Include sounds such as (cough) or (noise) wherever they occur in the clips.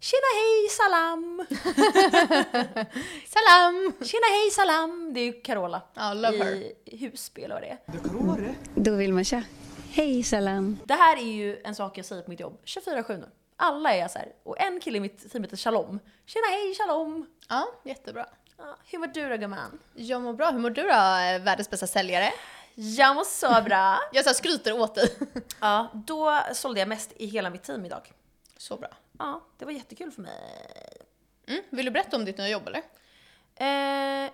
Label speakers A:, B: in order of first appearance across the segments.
A: Tjena hej salam!
B: Salam!
A: Tjena hej salam! Det är ju Carola
B: Ja, love her.
A: i Husby eller vad det är.
C: Då vill man tja. Hej salam.
A: Det här är ju en sak jag säger på mitt jobb 24-7 nu. Alla är så här. Och en kille i mitt team heter Shalom. Tjena hej Shalom!
B: Ja, jättebra.
A: Ja, hur mår du då gumman?
B: Jag mår bra. Hur mår du då, eh, världens bästa säljare?
A: Jag mår
B: (laughs)
A: så bra!
B: Jag så här skryter åt dig. (laughs)
A: ja, då sålde jag mest i hela mitt team idag.
B: Så bra.
A: Ja, det var jättekul för mig.
B: Mm. Vill du berätta om ditt nya jobb eller?
A: Eh,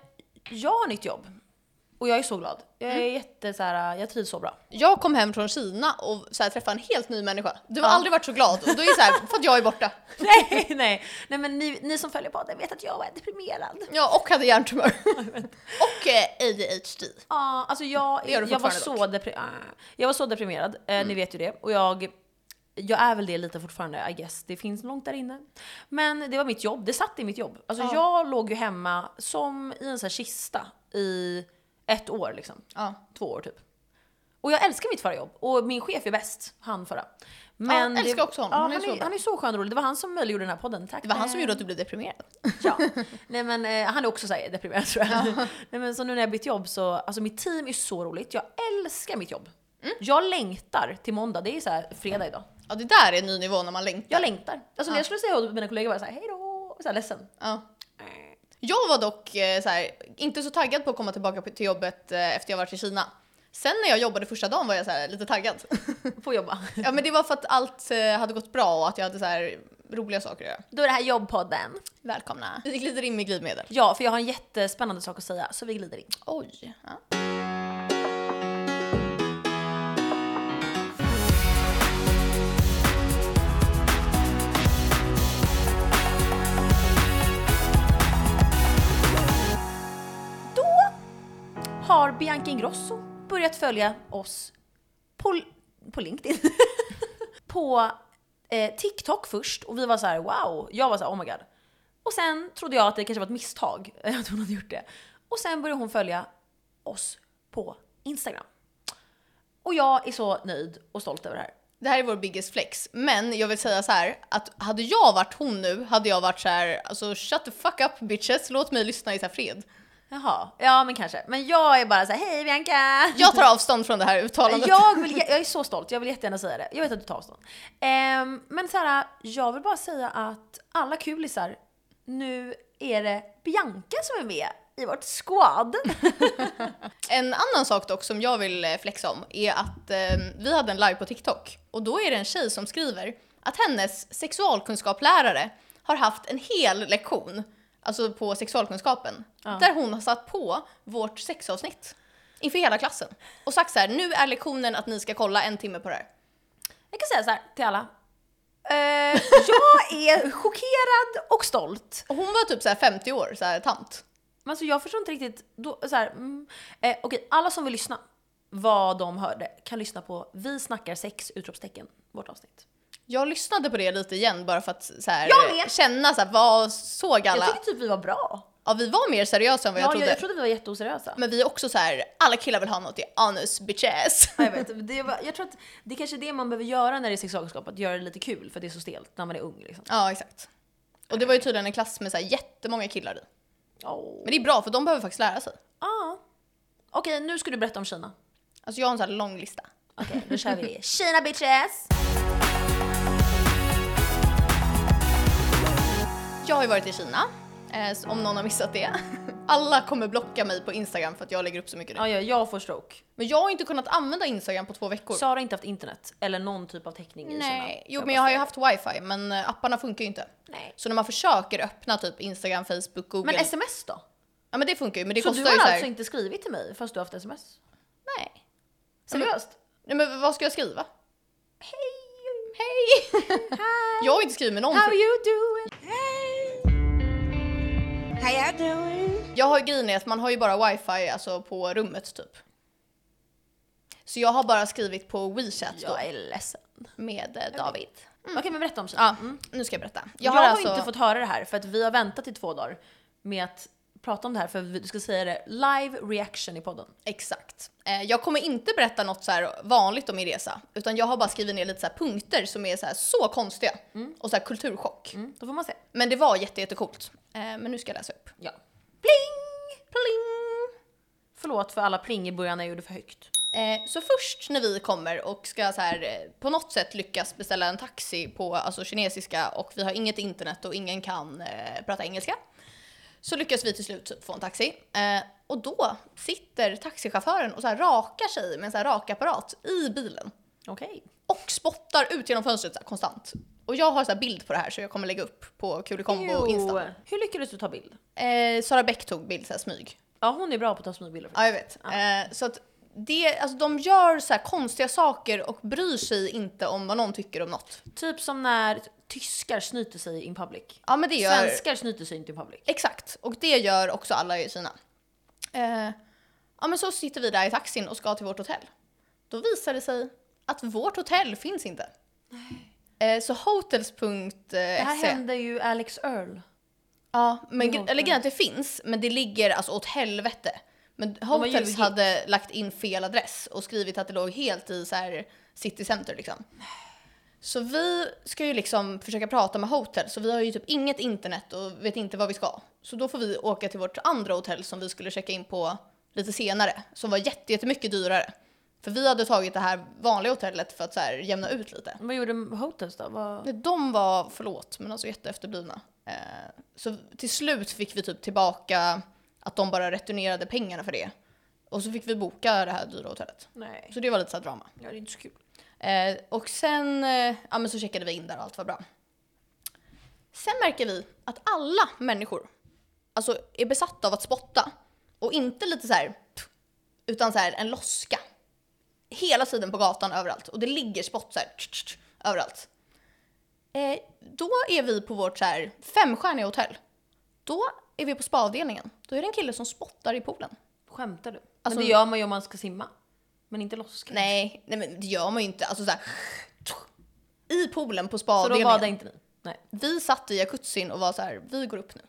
A: jag har nytt jobb. Och jag är så glad. Jag
B: Mm.
A: är jätte så här, jag trivs så
B: (laughs)
A: bra.
B: Jag kom hem från Kina och så här, träffade en helt ny människa. Du har aldrig varit så glad och då är det så här, för att jag är borta.
A: nej, nej. nej men ni, ni som följer podden vet att jag var deprimerad.
B: (laughs) Ja, och hade hjärntumör. och eh, ADHD.
A: Ja, alltså jag,
B: Det gör du
A: jag, var
B: fortfarande Mm.
A: så depri- ah. jag var så deprimerad, eh, ni vet ju det. Och jag, jag är väl det lite fortfarande, I guess. Det finns långt där inne. Men det var mitt jobb, det satt i mitt jobb. Alltså
B: Ja.
A: jag låg ju hemma som i en sån här kista i ett år liksom.
B: Ja.
A: Två år typ. Och jag älskar mitt förra jobb och min chef är bäst, han förra. Men
B: Ja, älskar också honom.
A: Ja,
B: Han
A: han,
B: är så
A: är,
B: bra.
A: han är så skön och rolig, det var han som möjliggjorde den här podden. Tack eh,
B: Det var han som
A: Ben.
B: gjorde att du blev deprimerad.
A: Ja. Nej, men, eh, han är också så här deprimerad tror jag. Nej, men, så nu när jag bytt jobb så, alltså mitt team är så roligt. Jag älskar mitt jobb. Jag längtar till måndag, det är så här fredag idag.
B: Ja, det där är en ny nivå när man längtar.
A: Jag längtar. Alltså när jag skulle säga åt mina kollegor bara så här, hej då, så här ledsen.
B: Ja. Eh. Jag var dock eh, så här, inte så taggad på att komma tillbaka på- till jobbet eh, efter jag varit i Kina. Sen när jag jobbade första dagen var jag så här, lite taggad. (laughs)
A: Får jobba.
B: ja, men det var för att allt eh, hade gått bra och att jag hade så här, roliga saker att göra.
A: Då är det här jobbpodden.
B: Välkomna. Vi glider in med glidmedel.
A: Ja, för jag har en jättespännande sak att säga så vi glider in.
B: Oj. Ja.
A: Då har Bianca Ingrosso börjat följa oss på, på LinkedIn. (laughs) på eh, TikTok först och vi var så här: wow, jag var så här, oh my god. Och sen trodde jag att det kanske var ett misstag (laughs) att hon hade gjort det. Och sen började hon följa oss på Instagram. Och jag är så nöjd och stolt över det här.
B: Det här är vår biggest flex, men jag vill säga så här att hade jag varit hon nu hade jag varit så här, alltså shut the fuck up bitches, låt mig lyssna i så här fred.
A: Jaha, ja men kanske. Men jag är bara så här: hej Bianca!
B: Jag tar avstånd från det här uttalandet.
A: Jag, vill, jag är så stolt, jag vill jättegärna säga det. Jag vet att du tar avstånd. Ehm, men så här, jag vill bara säga att alla kulisar, nu är det Bianca som är med i vårt squad.
B: En annan sak dock som jag vill eh, flexa om är att eh, vi hade en live på TikTok och då är det en tjej som skriver att hennes sexualkunskaplärare har haft en hel lektion, alltså på sexualkunskapen, där hon har satt på vårt sexavsnitt inför hela klassen och sagt så här: nu är lektionen att ni ska kolla en timme på det här.
A: Jag kan säga så här till alla. Eh, jag är chockerad och stolt.
B: Och hon var typ så här 50 år, så här tant.
A: Men alltså jag förstår inte riktigt. Då, så här, mm, eh, okej, alla som vill lyssna vad de hörde kan lyssna på Vi snackar sex! utropstecken, vårt avsnitt.
B: Jag lyssnade på det lite igen bara för att så här,
A: Jag med!
B: känna så här, vad såg alla?
A: Jag tyckte typ vi var bra.
B: Ja, vi var mer seriösa än vad jag
A: Ja,
B: trodde.
A: jag, jag trodde vi var jätteoseriösa.
B: Men vi är också så här, alla killar vill ha något i anus bitches.
A: Ja, Jag, vet, det var, jag tror att det är kanske är det man behöver göra när det är sexualkunskap, att göra det lite kul för det är så stelt när man är ung. Liksom.
B: Ja, exakt. Och det var ju tydligen en klass med så här jättemånga killar i.
A: Oh.
B: Men det är bra för de behöver faktiskt lära sig.
A: Ah. Okej, nu ska du berätta om Kina.
B: Alltså jag har en sån här lång lista.
A: Okej, nu kör
B: (laughs)
A: vi. Kina bitches!
B: Jag har ju varit i Kina, eh, så om någon har missat det. (laughs) Alla kommer blocka mig på Instagram för att jag lägger upp så mycket nu.
A: Ja, ja, jag får stroke.
B: Men jag har inte kunnat använda Instagram på två veckor.
A: Sara har inte haft internet eller någon typ av täckning i Kina.
B: Nej, jo men jag har ju haft wifi men eh, apparna funkar ju inte.
A: Nej.
B: Så när man försöker öppna typ Instagram, Facebook, Google.
A: Men sms då?
B: ja men det funkar ju men det
A: Så
B: kostar
A: du
B: ju
A: har
B: så här.
A: alltså inte skrivit till mig fast du har haft sms?
B: Nej.
A: Seriöst?
B: Nej men vad ska jag skriva?
A: (laughs)
B: Hej! Jag har inte skrivit med någon.
A: How you doing?
D: How y'all doing?
B: Jag har ju grejen är att man har ju bara wifi alltså, på rummet typ. Så jag har bara skrivit på WeChat då
A: Jag är ledsen.
B: med eh, David. Mm,
A: Okej, men berätta om Kina.
B: Ja, nu ska jag berätta. Jag har, alltså,
A: inte fått höra det här för att vi har väntat i två dagar med att prata om det här för vi- du ska säga det live reaction i podden.
B: Exakt. Eh, Jag kommer inte berätta något så här vanligt om min resa, utan jag har bara skrivit ner lite så här punkter som är så, här så konstiga
A: Mm.
B: och så här kulturchock.
A: Då får man se.
B: Men det var jätte, jättecoolt. Eh, Men nu ska jag läsa upp.
A: Ja.
B: Pling! Pling!
A: Förlåt för alla pling i början när jag gjorde för högt.
B: Eh, Så först när vi kommer och ska så här, eh, på något sätt lyckas beställa en taxi på alltså, kinesiska och vi har inget internet och ingen kan eh, prata engelska. Så lyckas vi till slut typ få en taxi. Eh, och då sitter taxichauffören och så här rakar sig med en så här rakapparat i bilen.
A: Okej.
B: och spottar ut genom fönstret så här, konstant. Och jag har så här bild på det här så jag kommer lägga upp på Kulikombo Insta.
A: Ew. Hur lyckades du ta bild?
B: Eh, Sara Bäck tog bild så här, smyg.
A: Ja hon är bra på att ta smygbilder.
B: Ja, jag vet. Eh, så att det, alltså, de gör så här konstiga saker och bryr sig inte om vad någon tycker om något.
A: Typ som när tyskar snyter sig in public.
B: Ja, men det gör...
A: Svenskar snyter sig inte in public.
B: Exakt, och det gör också alla i Kina. Eh, ja men så sitter vi där i taxin och ska till vårt hotell. Då visar det sig att vårt hotell finns inte. Eh, så eh, hotels.se
A: Det här hände ju Alex Earl.
B: Ja, men
A: Ihåg
B: gre- eller
A: det.
B: grejen är att det finns, men det ligger alltså åt helvete. Men
A: har
B: Hotels
A: ljugit.
B: hade lagt in fel adress och skrivit att det låg helt i så här citycenter liksom. Så vi ska ju liksom försöka prata med Hotels så vi har ju typ inget internet och vet inte vad vi ska. Så då får vi åka till vårt andra hotell som vi skulle checka in på lite senare, som var jätte- jättemycket dyrare. För vi hade tagit det här vanliga hotellet för att så här jämna ut lite.
A: Vad gjorde Hotels då? Vad...
B: Nej, De var, förlåt, men alltså jätteefterblivna. Eh, så till slut fick vi typ tillbaka att de bara returnerade pengarna för det. Och så fick vi boka det här dyra hotellet.
A: Nej,
B: Så det var lite så här drama.
A: ja, det är inte så kul.
B: Eh, och sen eh, ja, men så checkade vi in där och allt var bra. Sen märker vi att alla människor alltså, är besatta av att spotta. Och inte lite så här, pff, utan så här en loska. Hela tiden på gatan överallt. Och det ligger spott så här, tsch, tsch, tsch, överallt. Eh, då är vi på vårt så här femstjärniga hotell. Då är vi på spaavdelningen. Då är det en kille som spottar i poolen.
A: Skämtar du?
B: Alltså-
A: men det gör man ju om man ska simma. Men inte loss kanske.
B: Nej, nej men det gör man ju inte. Alltså så här, i poolen på
A: Så då
B: spaavdelningen.
A: badade inte ni? Nej.
B: Vi satt i jacuzzin och var så här, vi går upp nu.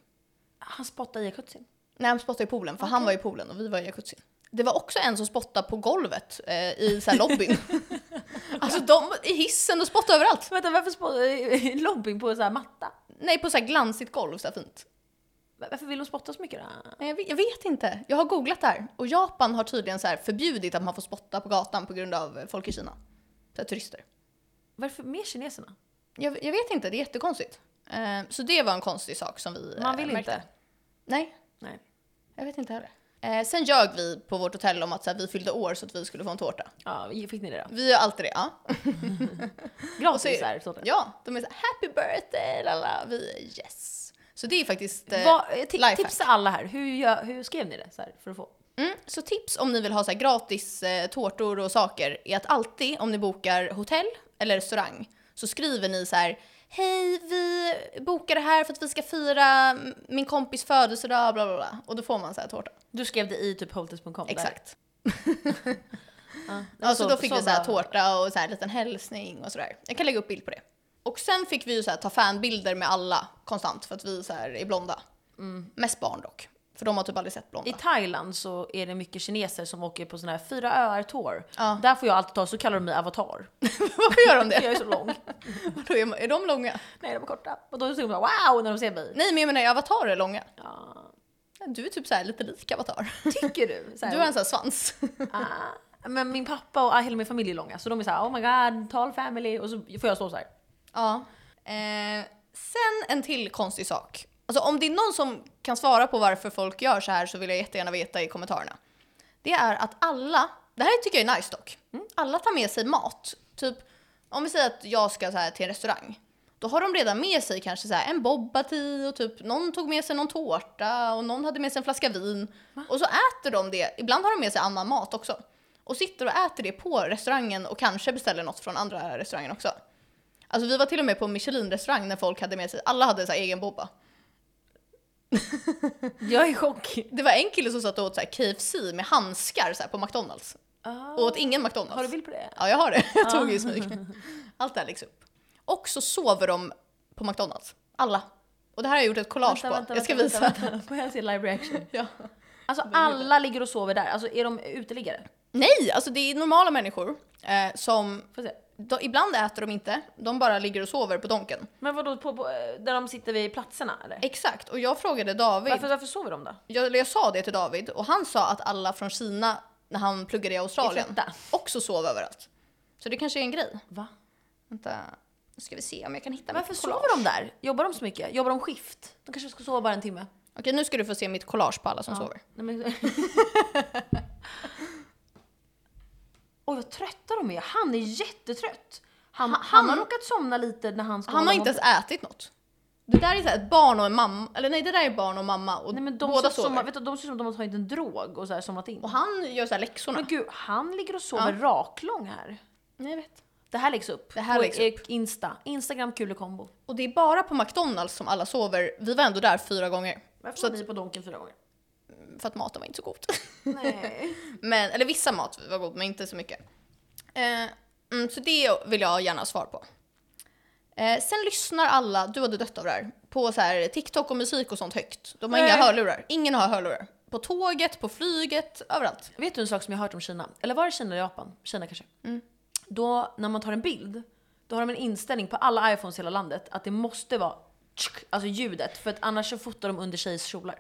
A: Han spottade i jacuzzin.
B: Nej, han spottade i poolen, för han var i poolen och vi var i jacuzzin. Det var också en som spottade på golvet eh, i så
A: (laughs)
B: här lobbyn. alltså de i hissen och spottade överallt.
A: Vänta varför (laughs) spottade lobbyn på så här matta?
B: Nej, på så här glansigt golv så här fint.
A: Var- Varför vill de spotta så mycket då?
B: Nej, jag vet- jag vet inte. Jag har googlat det här och Japan har tydligen så här förbjudit att man får spotta på gatan på grund av eh, folk i Kina. Så här, turister.
A: Varför mer kineserna?
B: Jag, jag vet inte, det är jättekonstigt. Eh, så det var en konstig sak som vi eh,
A: Man vill
B: märkte.
A: inte.
B: Nej,
A: Nej.
B: Jag vet inte heller. Eh, sen ljög vi på vårt hotell om att så här, vi fyllde år så att vi skulle få en tårta.
A: Ja, fick ni det då?
B: Vi gör alltid det, ja. Och så-
A: Gratis här. Så det.
B: Ja, de är så här, “Happy birthday” lala. Vi yes. Så det är faktiskt eh,
A: Vad- eh, ti-
B: lifehack.
A: tipsa alla här, hur, gör, hur skrev ni det så här för att få?
B: Mm, så tips om ni vill ha så här, gratis eh, tårtor och saker är att alltid om ni bokar hotell eller restaurang så skriver ni så här “Hej, vi bokar det här för att vi ska fira mm, min kompis födelsedag” bla bla bla. Och då får man så här tårta.
A: Du skrev det i typ holters.com? (laughs)
B: Exakt.
A: Där.
B: Ja, så, då fick vi så
A: bra.
B: här tårta och så här liten hälsning och sådär. Jag kan lägga upp bild på det. Och sen fick vi ju så här ta fanbilder med alla konstant för att vi så här är blonda. Mest barn dock. För de har typ aldrig sett blonda.
A: Mm. I Thailand så är det mycket kineser som åker på sån här fyra öar-tour.
B: Ja.
A: Där får jag alltid ta, så kallar de mig avatar.
B: (laughs) Varför gör
A: (laughs)
B: de
A: Jag är
B: det?
A: så lång.
B: Vadå, är- är de långa?
A: Nej, de är korta. Och då säger de bara, wow när de ser mig.
B: Nej men jag menar är avatarer långa?
A: Ja.
B: Du är typ så här lite lik avatar.
A: Tycker du? (laughs) Så här,
B: Du har en sån här svans.
A: ah. Men min pappa och hela min familj är långa, så de är så här, oh my god, tall family. Och så får jag stå så här.
B: Ja. Eh, sen en till konstig sak. Alltså om det är någon som kan svara på varför folk gör så här så vill jag jättegärna veta i kommentarerna. Det är att alla, det här tycker jag är nice dock, mm, alla tar med sig mat. Typ om vi säger att jag ska så här till en restaurang. Då har de redan med sig kanske så här en bobba tea och typ någon tog med sig någon tårta och någon hade med sig en flaska vin. Och så äter de det, ibland har de med sig annan mat också. Och sitter och äter det på restaurangen och kanske beställer något från andra restaurangen också. Alltså vi var till och med på en Michelin-restaurang när folk hade med sig, alla hade så här egen bobba.
A: Jag är i chock.
B: Det var en kille som satt och åt så här KFC med handskar så här på McDonalds.
A: Ah.
B: Och åt ingen McDonalds.
A: Har du bild på det?
B: Ja jag har det, (laughs) jag tog
A: (laughs)
B: ju i smyg. Allt det här läggs upp. Och så sover de på McDonalds, alla. Och det här har jag gjort ett collage på. jag ska visa.
A: Vänta, vänta. Får jag se live reaction?
B: (laughs) Ja.
A: Alltså alla ligger och sover där, alltså är de uteliggare?
B: Nej, alltså det är normala människor eh, som...
A: Får jag se.
B: De, ibland äter de inte, de bara ligger och sover på donken.
A: Men vadå, på, på, där de sitter vid platserna eller?
B: Exakt, och jag frågade David.
A: Varför, varför sover de då?
B: Jag, eller jag sa det till David och han sa att alla från Kina när han pluggade i
A: Är
B: Australien
A: trötta.
B: också sov överallt. Så det kanske är en grej.
A: Va?
B: Vänta, nu ska vi se om jag kan hitta
A: Varför
B: mitt
A: sover de där? Jobbar de så mycket? Jobbar de skift? De kanske ska sova bara en timme?
B: Okej, nu ska du få se mitt collage på alla som
A: Ja.
B: sover.
A: Nej, men... (laughs) Oj vad trötta de är. Han är jättetrött. Han, han, har råkat somna lite när han ska
B: Han
A: hålla
B: har inte
A: honom-
B: ens ätit något. Det där är så här ett barn och en mamma, eller nej det där är barn och mamma och
A: Nej, men de
B: båda
A: båda
B: sover.
A: somna, vet du, De ser ut som att de har tagit en drog och så här somnat in.
B: Och han gör så här läxorna.
A: Men gud, han ligger och sover raklång här.
B: Nej, jag vet.
A: Det här läggs upp.
B: Det här
A: på
B: läggs upp.
A: eh, Insta. Instagram kulekombo.
B: Och det är bara på McDonalds som alla sover. Vi var ändå där fyra gånger.
A: Varför
B: Så
A: var ni på Donken fyra gånger?
B: För att maten var inte så god. (laughs)
A: Nej.
B: men, eller vissa mat var god, men inte så mycket. Eh, mm, så det vill jag gärna ha svar på. Eh, sen lyssnar alla, du hade dött av det här, på så här TikTok och musik och sånt högt. De har inga
A: Nej.
B: hörlurar. Ingen har hörlurar. På tåget, på flyget, överallt.
A: (laughs) Vet du en sak som jag har hört om Kina? Eller var det Kina eller Japan? Kina kanske.
B: Mm.
A: Då, när man tar en bild, då har de en inställning på alla iPhones i hela landet att det måste vara tsk, alltså ljudet, för att annars så fotar de under tjejers kjolar.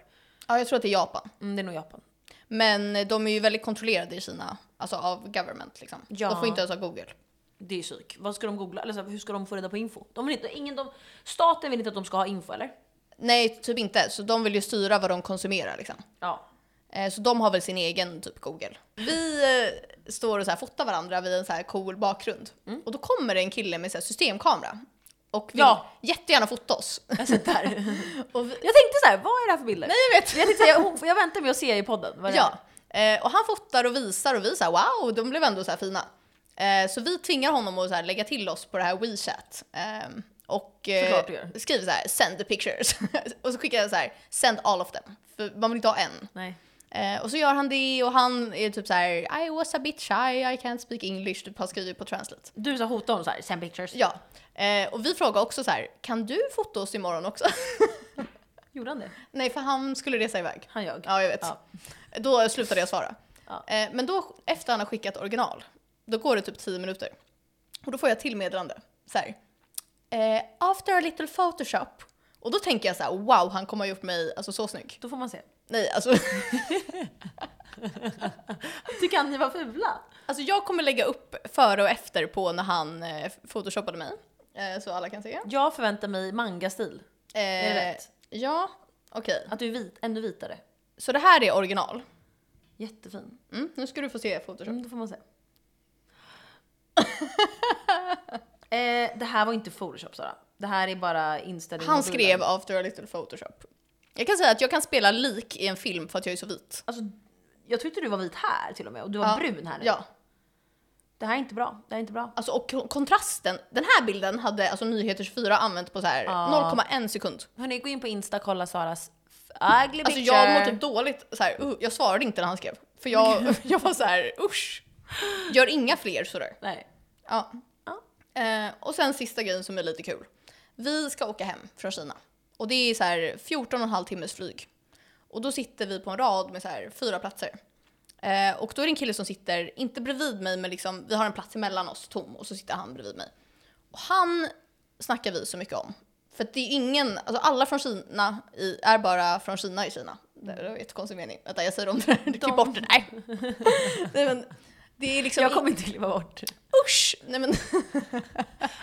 B: Ja, jag tror att det är Japan.
A: Mm, det är nog Japan.
B: Men de är ju väldigt kontrollerade i Kina, alltså av government liksom.
A: Ja.
B: De får inte ens ha Google.
A: Det är ju psyk. Vad ska de googla? Eller så här, hur ska de få reda på info? De vill inte, ingen, de, staten vill inte att de ska ha info eller?
B: Nej, typ inte. Så de vill ju styra vad de konsumerar liksom.
A: Ja.
B: Eh, Så de har väl sin egen typ Google. Vi eh, står och så här fotar varandra vid en så här cool bakgrund.
A: Mm.
B: Och då kommer det en kille med så här systemkamera. Och vill
A: Ja.
B: jättegärna fota oss.
A: Alltså där.
B: (laughs) Och vi,
A: Jag tänkte så här, vad är det här för bilder?
B: nej (laughs) jag vet!
A: Jag, tänkte, så här, jag, jag väntar med att se i podden. Vad det
B: Ja. Eh, Och han fotar och visar och vi så här wow, de blev ändå så här fina. Eh, Så vi tvingar honom att så här lägga till oss på det här WeChat. Ehm, Och eh,
A: Såklart du gör.
B: skriver så här send the pictures. (laughs) och så skickar jag så här send all of them. För man vill inte ha en.
A: Nej.
B: Eh, och så gör han det och han är typ så här: I was a bit shy, I can't speak English. Typ han skriver på translate.
A: Du så här, hotade honom så här, send pictures.
B: Ja. Eh, och vi frågar också så här: kan du fota oss imorgon också? (laughs)
A: Gjorde han det?
B: Nej för han skulle resa iväg.
A: Han ljög.
B: Ja jag vet.
A: Ja.
B: Då slutade jag svara.
A: Ja.
B: Eh, men då efter han har skickat original, då går det typ 10 minuter. Och då får jag till meddelande. Så här, eh, after a little photoshop. Och då tänker jag så här: wow han kommer ha gjort mig alltså, så snygg.
A: Då får man se.
B: Nej alltså.
A: Tycker han ni var fula?
B: Alltså jag kommer lägga upp före och efter på när han eh, photoshoppade mig. Eh, så alla kan se.
A: Jag förväntar mig manga-stil.
B: Eh,
A: Är det rätt?
B: Ja, okej.
A: Att du är vit, ännu vitare.
B: Så det här är original.
A: Jättefin.
B: Mm, nu ska du få se photoshop.
A: Mm, då får man se. (laughs) eh, det här var inte photoshop Sara. Det här är bara inställning.
B: Han
A: i mobilen.
B: skrev after a little photoshop. Jag kan säga att jag kan spela lik i en film för att jag är så vit.
A: Alltså, jag tyckte du var vit här till och med och du var
B: Ja.
A: brun här nu.
B: Ja,
A: Det här är inte bra. Det här är inte bra.
B: alltså och kon- kontrasten. Den här bilden hade alltså Nyheter 24 använt på så här 0,1 sekund.
A: Hörni, gå in på Insta och kolla Saras f- ugly
B: Alltså
A: picture.
B: jag mår typ dåligt, så här, uh, jag svarade inte när han skrev. För jag,
A: (laughs)
B: jag var så här, usch. Gör inga fler sådär.
A: Nej.
B: Ja. Eh, och sen sista grejen som är lite kul. Vi ska åka hem från Kina. Och det är så här 14 och en halv timmes flyg. Och då sitter vi på en rad med så här fyra platser. Eh, och då är det en kille som sitter, inte bredvid mig, men liksom, vi har en plats emellan oss tom och så sitter han bredvid mig. Och han snackar vi så mycket om. För att det är ingen, alltså alla från Kina i, är bara från Kina i Kina. Det var jättekonstig mening. Vänta jag säger om det där, klipp bort det där. Nej, men, det är liksom,
A: Jag kommer inte klippa bort.
B: usch! Nej, men,
A: (laughs)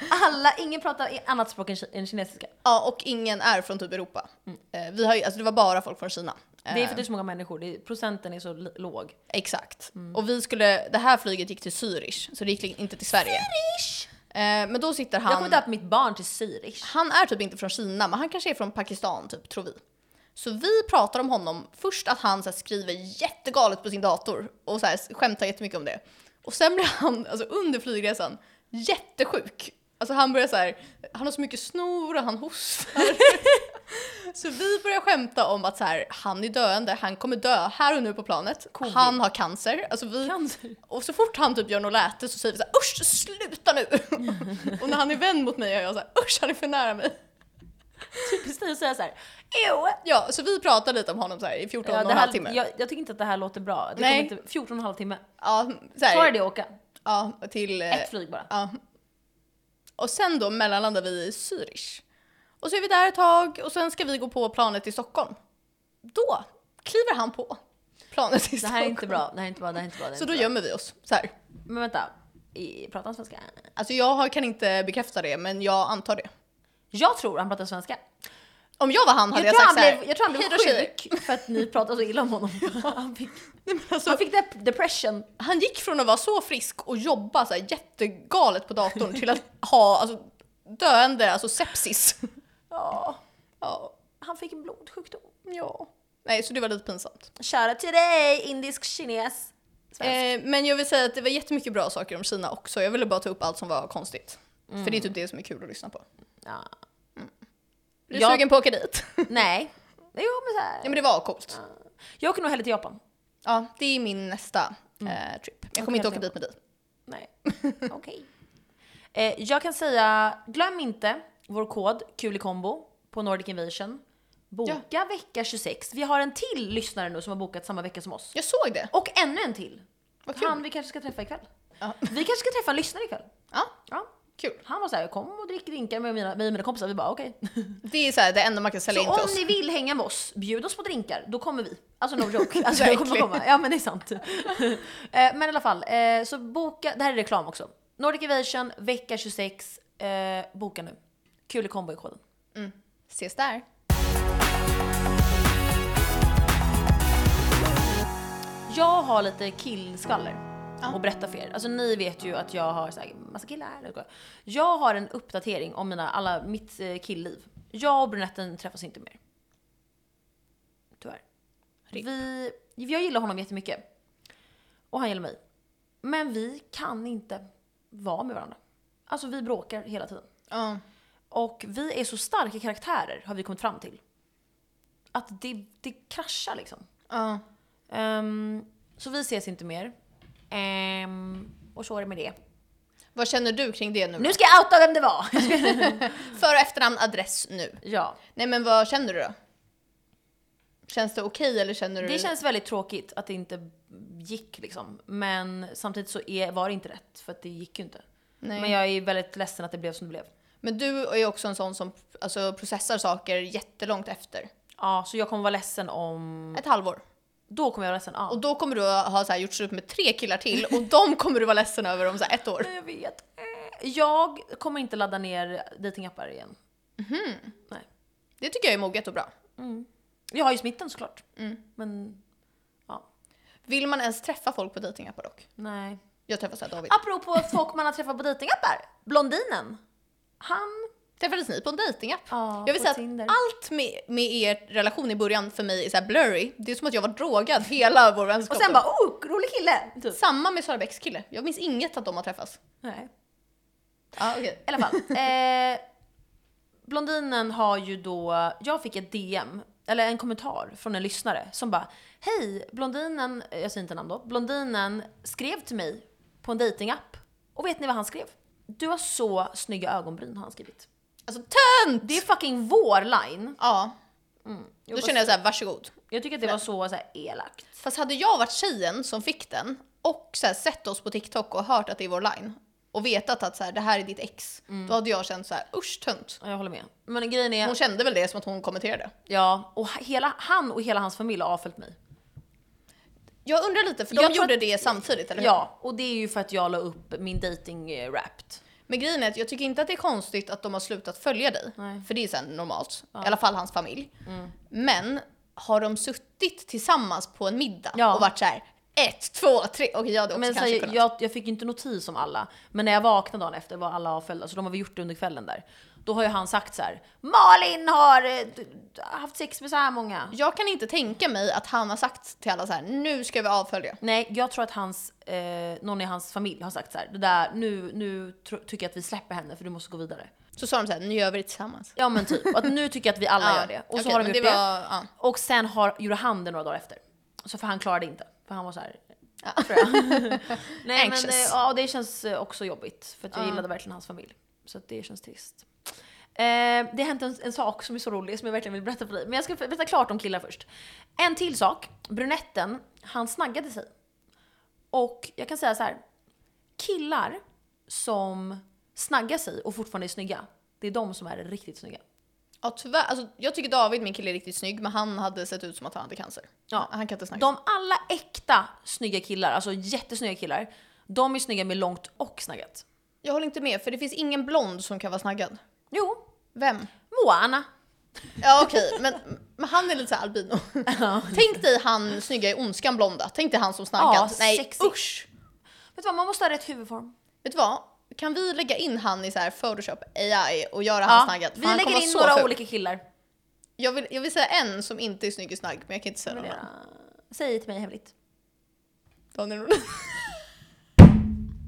A: Alla, ingen pratar i annat språk än, ki- än kinesiska.
B: Ja, och ingen är från typ Europa. Eh, Vi har ju, alltså det var bara folk från Kina. Eh,
A: Mm. Det är för att det är så många människor, det är, procenten är så li- låg.
B: Exakt.
A: Mm.
B: Och vi skulle, det här flyget gick till Zürich, så det gick inte till Sverige. Zürich! Men då sitter
A: Jag kommer
B: han,
A: döpa mitt barn till Zürich.
B: han är typ inte från Kina, men han kanske är från Pakistan typ, tror vi. Så vi pratar om honom, först att han så här, skriver jättegalet på sin dator och så här, skämtar jättemycket om det. Och sen blir han, alltså under flygresan, jättesjuk. Alltså han börjar så här, han har så mycket snor och han hostar. Så vi börjar skämta om att så här, han är döende, han kommer dö här och nu på planet. Han har cancer. Alltså vi,
A: Cancer.
B: Och så fort han typ gör något läte så säger vi så här,
A: (laughs)
B: usch sluta nu! och när han är vän mot mig gör jag så här, usch han är för nära mig.
A: (laughs) Typiskt dig att säga såhär, ew!
B: Ja, så vi pratade lite om honom så här i 14
A: Ja,
B: och
A: det
B: en halv
A: här,
B: timme.
A: jag, jag tycker inte att det här låter bra. Det
B: Nej.
A: kommer Inte, 14 och en halv timme.
B: Ja, så här,
A: Ta det och åka.
B: ja, till... eh,
A: Ett flyg bara.
B: Ja. Och sen då mellanlandar vi i Zürich. Och så är vi där ett tag och sen ska vi gå på planet till Stockholm. Då kliver han på planet till
A: Det här är
B: Stockholm.
A: inte bra. Det här är inte bra. Det här är inte bra. Det här är
B: Så
A: inte
B: då
A: bra.
B: gömmer vi oss. Så här.
A: Men vänta. I, pratar han svenska?
B: Alltså jag har- kan inte bekräfta det, men jag antar det.
A: Jag tror han pratar svenska.
B: Om jag var han hade jag,
A: tror
B: sagt
A: han
B: så här,
A: blev, jag tror han blev
B: "Hej då, tjejer."
A: sjuk för att ni pratade så illa om (laughs) honom. Han fick,
B: Nej, men alltså,
A: han fick dep- depression.
B: Han gick från att vara så frisk och jobba så här jättegalet på datorn till att ha alltså, döende alltså sepsis.
A: Ja,
B: (laughs) Ja.
A: han fick en blodsjukdom.
B: ja. Nej, så det var lite pinsamt.
A: Kära till dig, indisk kines. Svensk.
B: Eh, men jag vill säga att det var jättemycket bra saker om Kina också. Jag ville bara ta upp allt som var konstigt. För det är typ det som är kul att lyssna på.
A: (laughs) Ja.
B: Blir du
A: Jag-
B: sugen på att åka (laughs) dit? ja
A: Nej. Jo men såhär.
B: men det var coolt.
A: Jag åker nog hellre till Japan.
B: Ja, det är min nästa eh, trip. Jag kommer
A: Okej,
B: inte
A: okej.
B: åka dit med dig.
A: Nej. (laughs) Okej. Eh, jag kan säga, glöm inte vår kod KULIKOMBO på Nordic Invasion. Boka vecka 26. Vi har en till lyssnare nu som har bokat samma vecka som oss.
B: Jag såg det.
A: Och ännu en till.
B: Vad kul.
A: Han vi kanske ska träffa ikväll.
B: Ja.
A: Vi kanske ska träffa en lyssnare ikväll.
B: Ja,
A: Ja.
B: kul.
A: Han var såhär, kom och drick drinkar med mina, med mina kompisar. Vi bara
B: (laughs)
A: okej.
B: Det är så här, det enda man kan sälja in
A: Så
B: till
A: om
B: oss.
A: ni vill hänga med oss, bjud oss på drinkar, då kommer vi. Alltså no
B: (laughs)
A: joke. Alltså, jag kommer
B: Verkligen.
A: komma. Ja men det är sant. (laughs) Eh, men i alla fall, eh, så boka, det här är reklam också. Nordic Evasion, vecka 26, eh, boka nu. Kul i kombo i koden.
B: Ses där.
A: Jag har lite killskvaller
B: Ja.
A: att berätta för er. Alltså ni vet ju att jag har så här, massa killar. Jag skojar. Jag har en uppdatering om mina, alla, mitt eh, killliv. Jag och brunetten träffas inte mer. Tyvärr.
B: Ripp.
A: Vi, jag gillar honom jättemycket. Och han gillar mig. Men vi kan inte vara med varandra. Alltså vi bråkar hela tiden.
B: Ja.
A: Och vi är så starka karaktärer har vi kommit fram till. Att det, det kraschar liksom.
B: Ja.
A: Ehm, så vi ses inte mer. Ehm, och så är det med det.
B: Vad känner du kring det nu?
A: Nu ska jag outa vem det var! (laughs)
B: För och efternamn, adress nu.
A: ja,
B: Nej men vad känner du då? Känns det okej eller känner du?
A: det känns väldigt tråkigt att det inte gick liksom. Men samtidigt så är, var det inte rätt för att det gick ju inte.
B: Nej.
A: Men jag är väldigt ledsen att det blev som det blev.
B: Men du är ju också en sån som alltså, processar saker jättelångt efter.
A: Ja, så jag kommer vara ledsen om...
B: Ett halvår.
A: Då kommer jag vara ledsen. Ja.
B: Och då kommer du ha så här, gjort slut med tre
A: (laughs)
B: killar till och de kommer du vara ledsen över om så här, ett år.
A: Jag vet. Jag kommer inte ladda ner datingappar igen. Nej.
B: Det tycker jag är moget och bra.
A: Jag har ju smitten såklart. Men
B: Vill man ens träffa folk på dejtingappar dock?
A: nej.
B: Jag träffade så här David.
A: Apropå folk man har träffat på dejtingappar. Blondinen. Han...
B: Träffades ni på en dejtingapp?
A: Ja,
B: jag vill
A: på
B: säga att
A: Tinder.
B: allt med, med er relation i början för mig är så här blurry. Det är som att jag var drogad hela vår vänskap.
A: Och sen bara oh, rolig kille! Typ.
B: Samma med Sara Bäcks kille. Jag minns inget att de har träffats.
A: Nej.
B: Ja, okej.
A: I alla (laughs) fall. Eh, blondinen har ju då, jag fick ett DM, eller en kommentar från en lyssnare som bara Hej, Blondinen, jag säger inte namn då, Blondinen skrev till mig på en datingapp. Och vet ni vad han skrev? Du har så snygga ögonbryn har han skrivit.
B: Alltså tönt!
A: Det är fucking vår line.
B: Ja,
A: Jag,
B: då
A: bara-
B: känner jag så här, varsågod.
A: jag tycker att det var så, så här, elakt.
B: Fast hade jag varit tjejen som fick den och så här, sett oss på TikTok och hört att det är vår line och vetat att så här, det här är ditt ex, då hade jag känt så här, usch tönt.
A: Ja, Jag håller med. Men grejen är,
B: Hon kände väl det som att hon kommenterade.
A: ja, och hela, han och hela hans familj har avföljt mig.
B: Jag undrar lite, för
A: Jag
B: de
A: tror
B: gjorde
A: att-
B: det samtidigt, eller hur?
A: Ja, och det är ju för att jag la upp min dating eh, wrapped.
B: Men grejen är att jag tycker inte att det är konstigt att de har slutat följa dig. För det är sen normalt. I alla fall hans familj. Men har de suttit tillsammans på en middag
A: Ja.
B: och varit så här ett, två, tre. Okej jag hade också
A: Men så
B: kanske
A: här,
B: kunnat.
A: jag, jag fick ju inte notis om alla, men när jag vaknade dagen efter var alla avföljda, så de har vi gjort det under kvällen där. Då har ju han sagt så här: Malin har eh, d- d- haft sex med så här många.
B: Jag kan inte tänka mig att han har sagt till alla så här: nu ska vi avfölja.
A: Nej, jag tror att hans, eh, någon i hans familj har sagt så här, det där, nu, nu tr- tycker jag att vi släpper henne för du måste gå vidare.
B: Så sa de så här, nu gör vi det tillsammans.
A: Ja men typ, att nu tycker jag att vi alla gör det. Och så
B: okej,
A: har de
B: men
A: gjort
B: det
A: det.
B: var- ja.
A: Och sen har, gjorde han det några dagar efter. Så för han klarade inte, för han var så här. Nej, men,
B: Anxious.
A: eh, ja, och det känns eh, också jobbigt för att jag gillade verkligen hans familj. Så att det känns trist. Eh, det har hänt en, en sak som är så rolig som jag verkligen vill berätta för dig. Men jag ska berätta klart om killar först. En till sak. Brunetten, han snaggade sig. Och jag kan säga så här. Killar som snaggar sig och fortfarande är snygga, det är de som är riktigt snygga.
B: Ja tyvärr, alltså, jag tycker David, min kille, är riktigt snygg men han hade sett ut som att han hade cancer.
A: Ja.
B: Han kan inte snacka.
A: De alla äkta snygga killar, alltså jättesnygga killar, de är snygga med långt och snaggat.
B: Jag håller inte med för det finns ingen blond som kan vara snaggad.
A: Jo,
B: Vem?
A: Moana.
B: Ja okej, men, men han är lite så här albino. Tänk dig han snygga i Ondskan blonda, tänk dig han som snaggat.
A: Ja,
B: Nej
A: sexy.
B: usch!
A: Vet du vad, man måste ha rätt huvudform.
B: Vet du vad? Kan vi lägga in han i så här Photoshop AI och göra han
A: Ja,
B: snaggad? För
A: vi
B: han kommer
A: lägger
B: vara
A: in
B: så
A: några
B: ful.
A: olika killar.
B: Jag vill, jag vill säga en som inte är snygg i snagg men jag kan inte säga någon annan.
A: Säg till mig hemligt.
B: Daniel Rodin.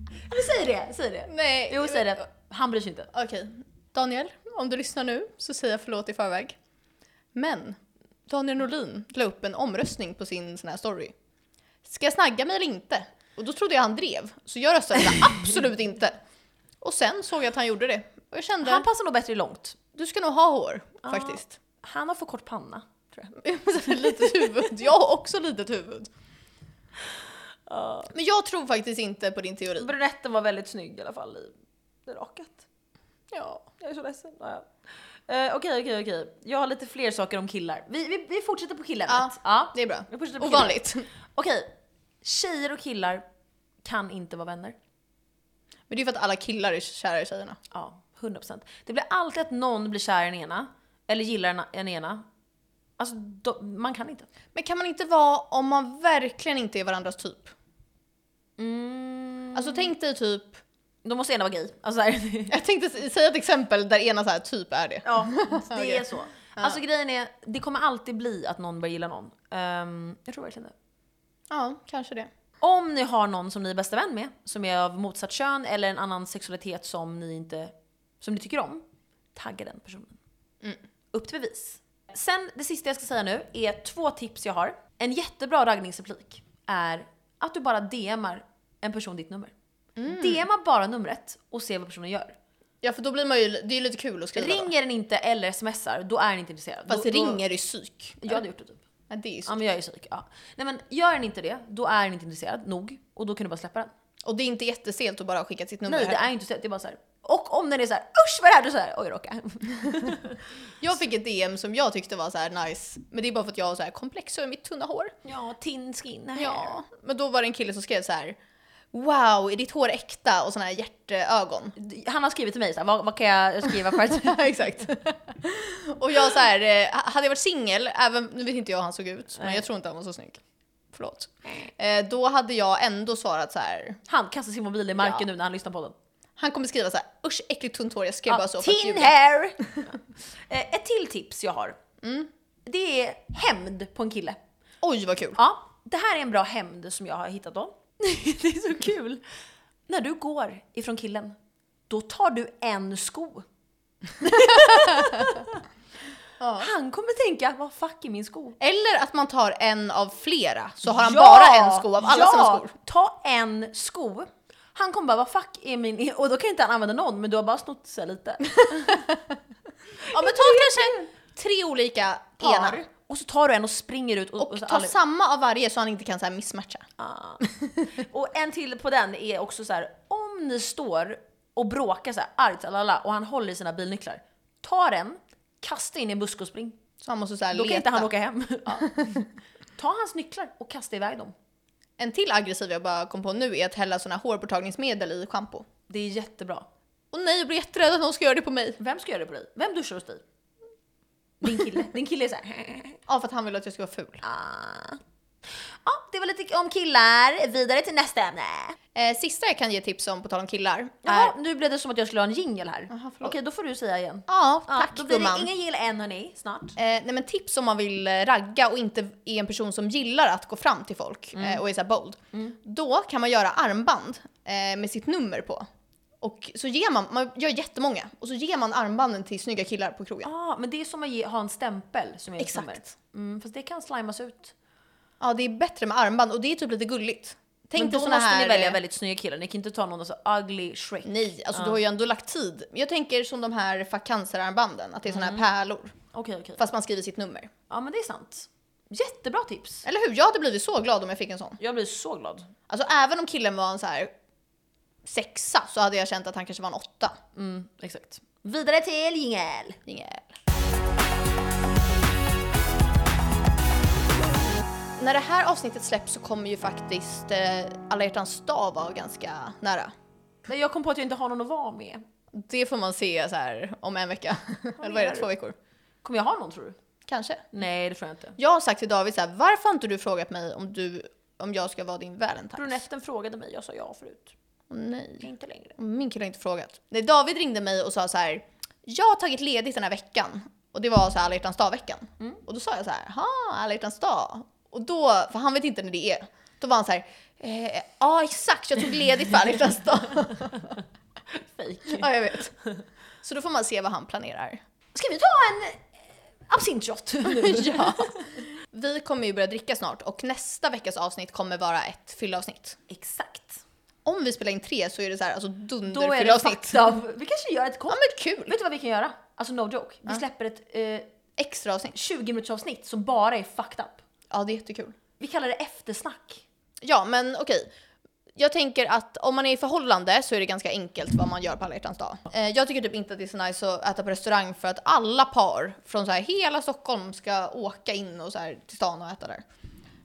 A: Men säg det, säg det.
B: (laughs) Nej.
A: Jo,
B: jag
A: säg
B: vet-
A: det. Han bryr sig inte.
B: Okej. Daniel, om du lyssnar nu så säger jag förlåt i förväg. Men Daniel Norlin la upp en omröstning på sin sån här story. Ska jag snagga mig eller inte? Och då trodde jag han drev, så jag röstade så här, absolut inte. Och sen såg jag att han Ah. gjorde det. Och jag kände,
A: Han passar nog bättre långt.
B: du ska nog ha hår faktiskt. (laughs)
A: Han har för kort panna, tror jag.
B: litet huvud. Jag har också litet huvud. Men jag tror faktiskt inte på din teori.
A: Brunetten var väldigt snygg i alla fall i det rakat.
B: Ja.
A: Jag är så ledsen. Ja, ja. Eh, Okej, okej, okej. Jag har lite fler saker om killar. Vi, vi, vi fortsätter på killämnet.
B: Ja.
A: Ja.
B: Det är bra.
A: Vi fortsätter på killar.
B: Ovanligt.
A: Okej, tjejer och killar kan inte vara vänner.
B: Men det är för att alla killar är kära i tjejerna.
A: Ja, 100%. Det blir alltid att någon blir kär i den ena, eller gillar den- den ena. Alltså, de, man kan inte.
B: Men kan man inte vara om man verkligen inte är varandras typ? Alltså tänk dig typ,
A: Då måste ena vara gay. Alltså, så
B: (laughs)
A: här.
B: jag tänkte s- säga ett exempel där ena så här typ är det.
A: Ja, (laughs) det är så. Alltså grejen är, det kommer alltid bli att någon börjar gilla någon. Ehm, jag tror verkligen det.
B: Ja, kanske det.
A: Om ni har någon som ni är bästa vän med, som är av motsatt kön eller en annan sexualitet som ni inte som ni tycker om, tagga den personen.
B: Mm.
A: Upp till bevis. Sen det sista jag ska säga nu är två tips jag har. En jättebra raggningsreplik är att du bara DMar en person ditt nummer.
B: Mm.
A: DMa bara numret och se vad personen gör.
B: Ja för då blir man ju, det är ju lite kul att skriva då.
A: Ringer den inte eller smsar, då är den inte intresserad.
B: Fast
A: då, då,
B: ringer är psyk.
A: Jag hade gjort det typ.
B: Ja, det är ju
A: Ja
B: psyk.
A: men jag är psyk. Ja. Nej men gör den inte det, då är den inte intresserad nog. Och då kan du bara släppa den.
B: Och det är inte jättestelt att bara ha skickat sitt nummer.
A: Nej det
B: här.
A: är ju inte så, det är bara så här. Och om den är så här, usch vad är det här? Då är det så här, oj råka.
B: (laughs) Jag fick ett DM som jag tyckte var så här nice, men det är bara för att jag har så här komplex över mitt tunna hår.
A: Ja, tin skin hair.
B: Ja, men då var det en kille som skrev så här. Wow, är ditt hår äkta? Och såna här hjärteögon.
A: Han har skrivit till mig så här, vad, vad kan jag skriva för att...
B: Ja, (laughs) Exakt. Och jag så här, eh, hade jag varit singel, även, nu vet inte jag hur han såg ut, men jag tror inte han var så snygg. Förlåt. Eh, då hade jag ändå svarat så här.
A: Han kastar sin mobil i marken
B: Ja.
A: nu när han lyssnar på den.
B: han kommer skriva så här, usch äckligt tunt hår, jag skrev bara
A: Ja,
B: så för att
A: tin
B: ljuga." (laughs)
A: hair! Eh, Ett till tips jag har. Mm. Det är hämnd på en kille.
B: Oj vad kul.
A: Ja, det här är en bra hämnd som jag har hittat då. (laughs) det är så kul. När du går ifrån killen, då tar du en
B: (laughs)
A: sko. Han kommer tänka, vad fuck är min sko?
B: Eller att man tar en av flera, så har han
A: Ja!
B: bara en sko av alla
A: ja!
B: sina skor.
A: ta en sko. Han kommer bara, vad fuck är min... (laughs) Och då kan inte han använda någon, men du har bara snott så här
B: (laughs)
A: lite.
B: Ja men ta kanske tre olika
A: Par.
B: enar.
A: Och så tar du en och springer ut. Och,
B: Och
A: så
B: ta
A: aldrig-
B: samma av varje så han inte kan så här missmatcha.
A: Ah. och en till på den är också så här: om ni står och bråkar så här argt lalala, och han håller i sina bilnycklar. Ta den, kasta in i en buske och spring.
B: Så han måste så här
A: Då
B: leta.
A: kan inte han åka hem. (laughs) Ta hans nycklar och kasta iväg dem.
B: En till aggressiv jag bara kom på nu är att hälla såna här hårborttagningsmedel i schampo.
A: Det är jättebra.
B: Och nej, jag blir jätterädd att någon ska göra det på mig.
A: Vem ska göra det på dig? Vem duschar hos dig? Din kille. Din kille är såhär... (laughs)
B: Ja, för att han vill att jag ska vara ful.
A: Ah. Ja, det var lite om killar. Vidare till nästa ämne.
B: Eh, sista jag kan ge tips om, på tal om killar, är...
A: Jaha, nu blev det som att jag skulle ha en jingel här.
B: Jaha, förlåt.
A: Okej, då får du säga igen.
B: Ja,
A: Ja,
B: tack
A: Då blir det
B: gumman.
A: ingen jingel än hörni, snart.
B: Eh, nej men tips om man vill eh, ragga och inte är en person som gillar att gå fram till folk
A: Mm.
B: eh, och är såhär bold. Då kan man göra armband eh, med sitt nummer på. Och så ger man, man gör jättemånga, och så ger man armbanden till snygga killar på krogen.
A: ah, men det är som att ge, ha en stämpel som jag
B: Exakt.
A: Mm, fast det kan slimas ut.
B: Ja det är bättre med armband och det är typ lite gulligt.
A: Men
B: Tänk
A: då
B: dig såna
A: måste
B: här...
A: ni välja väldigt snygga killar, ni kan inte ta någon så ugly Shrek.
B: Nej, alltså du har ju ändå lagt tid. Jag tänker som de här fakanserarmbanden, att det är
A: Mm.
B: såna här pärlor.
A: Okej okej.
B: Fast man skriver sitt nummer.
A: Ja men det är sant. Jättebra tips.
B: Eller hur? Jag hade blivit så glad om jag fick en sån.
A: Jag blir så glad.
B: Alltså även om killen var en så här sexa så hade jag känt att han kanske var en åtta.
A: Mm, exakt. Vidare till jingel.
B: Jingel. När det här avsnittet släpps så kommer ju faktiskt eh, alla hjärtans dag vara ganska nära.
A: Nej, Jag kom på att jag inte har någon att vara med.
B: Det får man se så här om en vecka. Eller vad är det, två veckor?
A: Kommer jag ha någon tror du?
B: Kanske.
A: Nej det tror jag inte.
B: Jag har sagt till David så här, varför har inte du frågat mig om, du, om jag ska vara din Valentine's?
A: Brunetten frågade mig, jag sa ja förut.
B: Åh, Nej,
A: Inte längre.
B: min kille har inte frågat. Nej, David ringde mig och sa så här, jag har tagit ledigt den här veckan. Och det var så här alla hjärtans dag-veckan. Och då sa jag så här, ha alla hjärtans dag. Och då, för han vet inte när det är. Då var han så här, eh, ja exakt jag tog ledigt för alla hjärtans dag.
A: Fake.
B: (laughs) ja jag vet. Så då får man se vad han planerar.
A: Ska vi ta en eh, (laughs) absintshot nu?
B: ja. (laughs) Vi kommer ju börja dricka snart och nästa veckas avsnitt kommer vara ett fyllavsnitt.
A: Exakt.
B: Om vi spelar in tre så är det så här, alltså
A: Då är det
B: dunderfyllavsnitt.
A: fucked up. Vi kanske gör ett kort.
B: Ja men kul!
A: Vet du vad vi kan göra? Alltså no joke. Vi släpper ett eh,
B: Extra avsnitt.
A: 20 minuters avsnitt som bara är fucked up.
B: Ja det är jättekul.
A: Vi kallar det eftersnack.
B: Ja men okej. Jag tänker att om man är i förhållande så är det ganska enkelt vad man gör på alla hjärtans dag. Eh, jag tycker typ inte att det är så nice att äta på restaurang för att alla par från så här hela Stockholm ska åka in och så här till stan och äta där.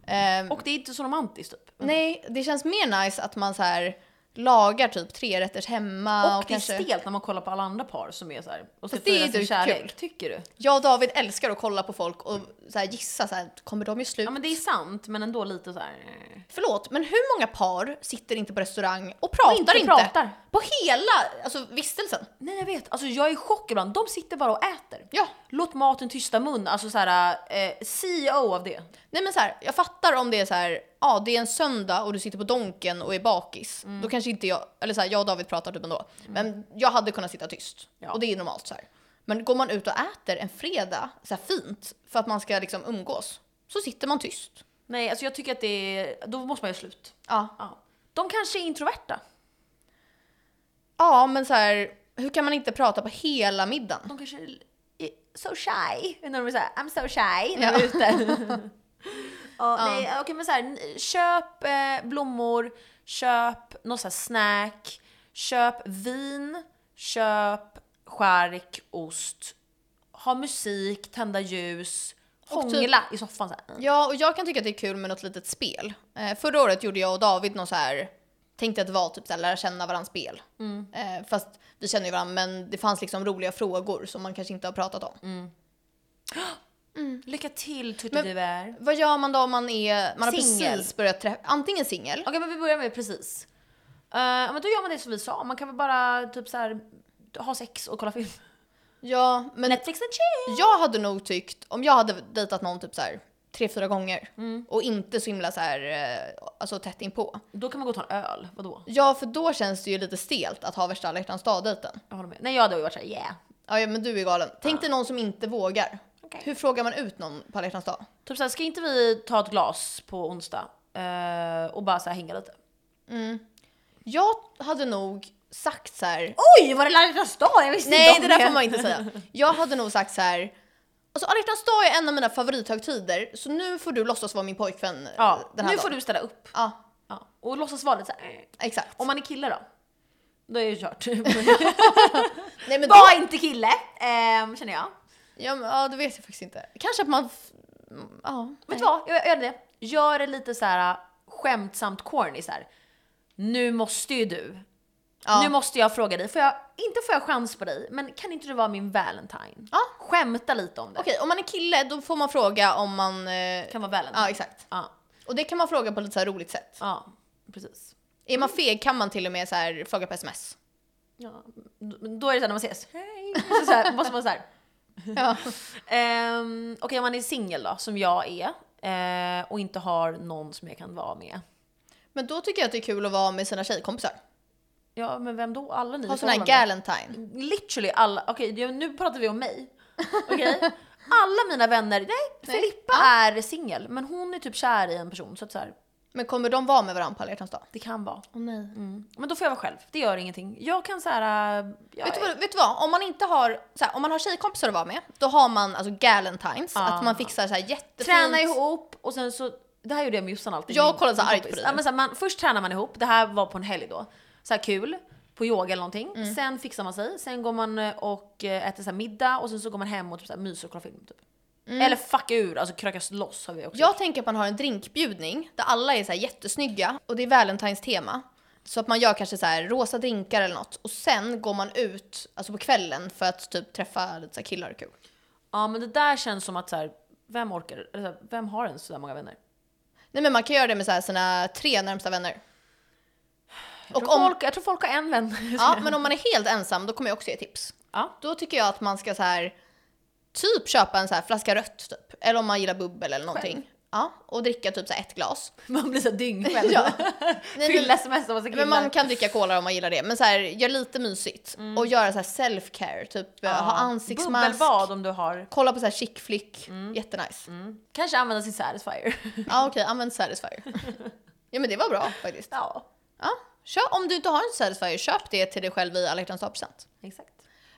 B: Ehm,
A: Och det är inte så romantiskt typ.
B: Nej, det känns mer nice att man så här lagar typ tre rätters hemma.
A: och det är stelt när man kollar på alla andra par som är så här och ska
B: Fast det är
A: fira sin
B: ju
A: kärlek.
B: kul.
A: Tycker du?
B: Jag och David älskar att kolla på folk och så här gissa så här, kommer de ju slut?
A: Ja men det är sant men ändå lite så här. eh.
B: Förlåt, men hur många par sitter inte på restaurang och pratar
A: inte
B: inte?
A: pratar.
B: På hela alltså, vistelsen?
A: Nej jag vet, alltså jag är i chock ibland. De sitter bara och äter.
B: Ja.
A: Låt maten tysta mun, alltså så här eh, CEO av det.
B: Nej men så här, jag fattar om det är så här, ja det är en söndag och du sitter på Donken och är bakis. Då kanske inte jag, eller så här, jag och David pratar typ ändå. Men jag hade kunnat sitta tyst.
A: Ja.
B: Och det är normalt så här. Men går man ut och äter en fredag så här fint för att man ska liksom umgås, så sitter man tyst.
A: Nej alltså jag tycker att det är, då måste man göra slut.
B: Ja,
A: Ja. De kanske är introverta.
B: ja men så här, hur kan man inte prata på hela middagen?
A: De kanske är är so shy. När de är såhär, I'm so shy när
B: Ja.
A: de är (laughs) ute. ja, nej, Okej men såhär, köp eh, blommor, köp någon sån här snack, köp vin, köp skärk, ost, ha musik, tända ljus,
B: typ-
A: hångla i soffan såhär.
B: Ja, och jag kan tycka att det är kul med något litet spel. Eh, förra året gjorde jag och David något så här, tänkte att det var typ så här, lära känna varandra spel. Eh, fast vi känner ju varandra, men det fanns liksom roliga frågor som man kanske inte har pratat om.
A: Lycka till Tutte du är. Okej
B: Vad gör man då om man är, man har
A: Singel.
B: precis börjat träffa, antingen singel,
A: men vi börjar med precis. Eh, men då gör man det som vi sa, man kan väl bara typ såhär ha sex och kolla film.
B: ja, men
A: Netflix and chill!
B: jag hade nog tyckt, om jag hade dejtat någon typ så här tre, fyra gånger och inte så himla så här, eh, alltså tätt inpå.
A: Då kan man gå och ta en öl, vadå?
B: Ja, för då känns det ju lite stelt att ha värsta alla hjärtans dag-dejten.
A: Jag håller med. Nej jag hade ju varit såhär yeah.
B: Ja, ja, men du är galen. Tänk dig någon som inte vågar.
A: Okej.
B: Hur frågar man ut någon på alla hjärtans dag?
A: Typ såhär, ska inte vi ta ett glas på onsdag? Eh, och bara såhär hänga lite.
B: Jag hade nog sagt så här.
A: Oj var det alla hjärtans dag? Jag visste
B: nej, det där får man inte säga. Jag hade nog sagt så här. Alltså alla hjärtans dag är en av mina favorithögtider, så nu får du låtsas vara min pojkvän eh,
A: Ja,
B: den här
A: nu
B: dagen.
A: får du ställa upp.
B: Ja,
A: Ja. Och låtsas vara lite såhär.
B: exakt.
A: Om man är kille då? Då är det ju (laughs) kört.
B: nej, men då,
A: Var inte kille, ehm, känner jag.
B: ja, men, ja, det vet jag faktiskt inte. Kanske att man... f- mm, Ja.
A: Vet du vad? Jag gör det. Gör det lite så här äh, skämtsamt corny så här. Nu måste ju du.
B: Ja.
A: Nu måste jag fråga dig. Får jag, inte får jag chans på dig, men kan inte du vara min Valentine?
B: Ja.
A: Skämta lite om det.
B: Okej, om man är kille då får man fråga om man... eh,
A: Kan vara Valentine.
B: Ja, exakt.
A: Ja,
B: Och det kan man fråga på lite så här roligt sätt.
A: ja precis.
B: Är man feg kan man till och med så här fråga
A: (laughs)
B: på sms.
A: Ja. men Då är det såhär när man ses, hej! Så, så här, måste man såhär.
B: Ja.
A: Um, Okej om man är singel då, som jag är, eh, och inte har någon som jag kan vara med.
B: Men då tycker jag att det är kul att vara med sina tjejkompisar.
A: Ja men vem då? Alla ni i
B: Ha sån här
A: förhållande.
B: galentine.
A: Literally alla, okej det- nu pratar vi om mig. Okej?
B: (laughs)
A: Alla mina vänner, nej, Filippa är singel men hon är typ kär i en person så att så här,
B: Men kommer de vara med varandra på alla hjärtans dag? Mm.
A: Det kan vara. Mm.
B: Åh nej.
A: Men då får jag vara själv. Det gör ingenting. Jag kan så här... äh, Jag
B: Vet, du
A: är-
B: vad, vet du vad, om man inte har, så här, om man har tjejkompisar att vara med, då har man alltså galentines, att man fixar så här jättefint.
A: Träna ihop och sen så... Det här gjorde jag med Jossan alltid.
B: Jag
A: min-
B: kollar så
A: min
B: här argt
A: kompis.
B: på dig.
A: ja, men så här, man, Först tränar man ihop, det här var på en helg då. Så här kul, på yoga eller någonting.
B: Mm.
A: Sen fixar man sig, sen går man eh, och eh, äter så här middag och sen så går man hem och typ så här myser och kollar film. Typ.
B: Mm.
A: Eller fucka ur, alltså krökas loss har vi också
B: Jag tänker att man har en drinkbjudning där alla är så här jättesnygga och det är Valentines tema. Så att man gör kanske så här rosa drinkar eller något och sen går man ut alltså på kvällen för att typ träffa lite så här killar och kul.
A: Ja men det där känns som att så här, vem orkar? Eller så här, vem har ens sådär många vänner?
B: Nej men man kan göra det med så här sina tre närmsta vänner.
A: Jag,
B: Och
A: tror
B: om,
A: folk, jag tror folk har en vän.
B: ja, men om man är helt ensam då kommer jag också ge tips.
A: Ja.
B: Då tycker jag att man ska så här typ köpa en så här flaska rött typ. Eller om man gillar bubbel eller någonting. Ja, och dricka typ så här ett glas.
A: (laughs) Man blir så här dyngsjälv. (laughs)
B: Ja. Nej, men-
A: Fylla sms av massa killar.
B: Men man kan dricka cola om man gillar det. Men så här, gör lite mysigt.
A: Mm.
B: Och göra så här self-care, typ eh, ha ansiktsmask.
A: Bubbelbad Mm. om du har.
B: Kolla på så här chic flick, jättenice.
A: Kanske använda sin satisfier.
B: Ja okej,
A: (laughs)
B: använd satisfier. ja men det var bra faktiskt.
A: ja,
B: (laughs) Ja, kör. Om du inte har en satisfier, köp det till dig själv i alla hjärtans dag-present.
A: exakt.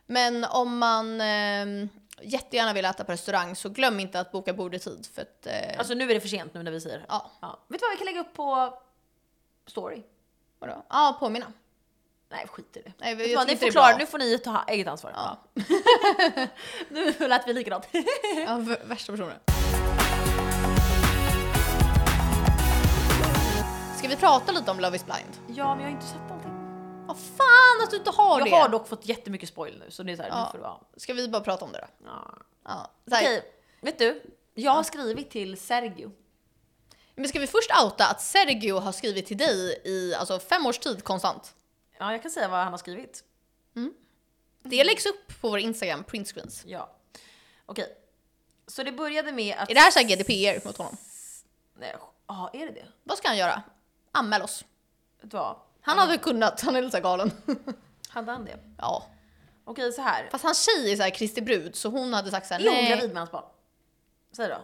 B: Men om man eh, jättegärna vill äta på restaurang så glöm inte att boka bord i tid för att eh,
A: Alltså nu är det för sent nu när vi säger det.
B: ja,
A: Ja. Vet du vad vi kan lägga upp på story?
B: vadå? Ja, påminna.
A: Nej skit i det.
B: Nej,
A: Vet du
B: jag
A: vad,
B: tycker
A: ni får
B: inte det är
A: klara,
B: bra.
A: nu får ni ta eget ansvar.
B: Ja.
A: (laughs) Nu lät vi likadant.
B: Ja, v- värsta personen. Ska vi prata lite om Love is blind?
A: ja men jag har inte sett allting.
B: Vad fan att du inte har
A: Jag
B: det!
A: har dock fått jättemycket spoil nu så det är såhär,
B: Ja.
A: nu får du vara...
B: Ska vi bara prata om det då?
A: Ja.
B: Ja. Så här,
A: Okej, vet du? Jag har skrivit till Sergio.
B: Men ska vi först outa att Sergio har skrivit till dig i alltså, fem års tid konstant?
A: Ja jag kan säga vad han har skrivit. Mm.
B: Det läggs upp på vår Instagram, printscreens.
A: Ja. Okej. Så det började med att...
B: Är det här så här GDPR mot honom?
A: Nej, Ja, är det det?
B: Vad ska han göra? Anmäl oss.
A: Vet du vad?
B: Han hade kunnat, han är lite så här (laughs) galen.
A: Hade han det?
B: ja.
A: Okej så här.
B: Fast hans tjej är så här Kristi brud så hon hade sagt så här,
A: Är hon
B: "Nej."
A: gravid med hans barn? Säg då.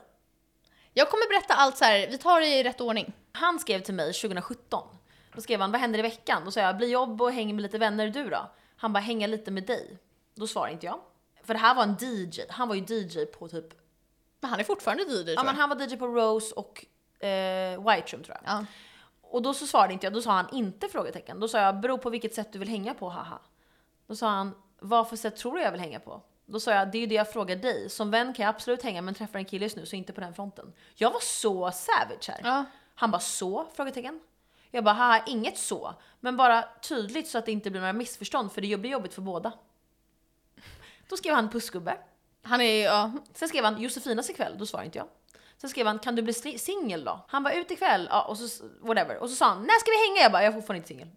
B: Jag kommer berätta allt så här, vi tar det i rätt ordning.
A: Han skrev till mig 2017. Då skrev han, vad händer i veckan? Då sa jag, blir jobb och häng med lite vänner du då? Han bara, hänga lite med dig. Då svarade inte jag. För det här var en DJ, han var ju DJ på typ,
B: Men han är fortfarande dyr tror
A: ja
B: jag.
A: men han var DJ på Rose och eh, White Room tror jag.
B: ja.
A: Och då så svarade inte jag, då sa han inte frågetecken. Då sa jag, beror på vilket sätt du vill hänga på, haha. Då sa han, vad för sätt tror du jag vill hänga på? Då sa jag, det är ju det jag frågar dig. Som vän kan jag absolut hänga men träffar en kille just nu så inte på den fronten. Jag var så savage här.
B: Ja.
A: Han bara, så? Frågetecken. Jag bara, haha inget så. Men bara tydligt så att det inte blir några missförstånd för det blir jobbigt för båda. Då skrev han pussgubbe.
B: Han är ja.
A: Sen skrev han Josefinas ikväll, då svarade inte jag. Sen skrev han kan du bli sli- singel då? Han bara ut ikväll, ja, och så whatever. Och så sa han när ska vi hänga? Jag bara jag är fortfarande inte singel.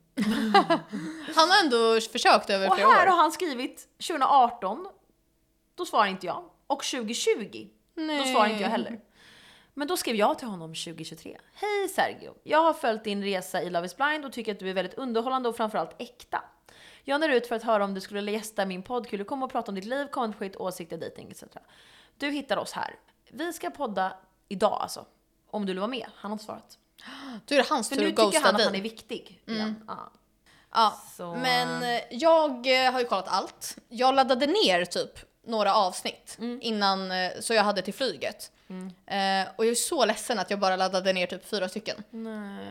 B: Han har ändå försökt över
A: Och
B: flera
A: här har
B: år.
A: han skrivit 2018, då svarar inte jag. Och 2020, då svarar inte jag heller. Men då skrev jag till honom 2023. Hej Sergio! Jag har följt din resa i Love is blind och tycker att du är väldigt underhållande och framförallt äkta. Jag når ut för att höra om du skulle vilja gästa min podd. Kul att komma och prata om ditt liv, kommentskit, åsikter, dejting etc. Du hittar oss här. Vi ska podda idag alltså. Om du vill vara med. Han har inte svarat.
B: Då är det hans
A: För
B: tur
A: nu
B: att
A: tycker
B: ghosta
A: han att han är
B: dig.
A: viktig. igen. Ja.
B: Ja.
A: Så-
B: Men eh, jag eh, har ju kollat allt. Jag laddade ner typ några avsnitt innan, eh, så jag hade till flyget. Eh, och jag är så ledsen att jag bara laddade ner typ fyra stycken.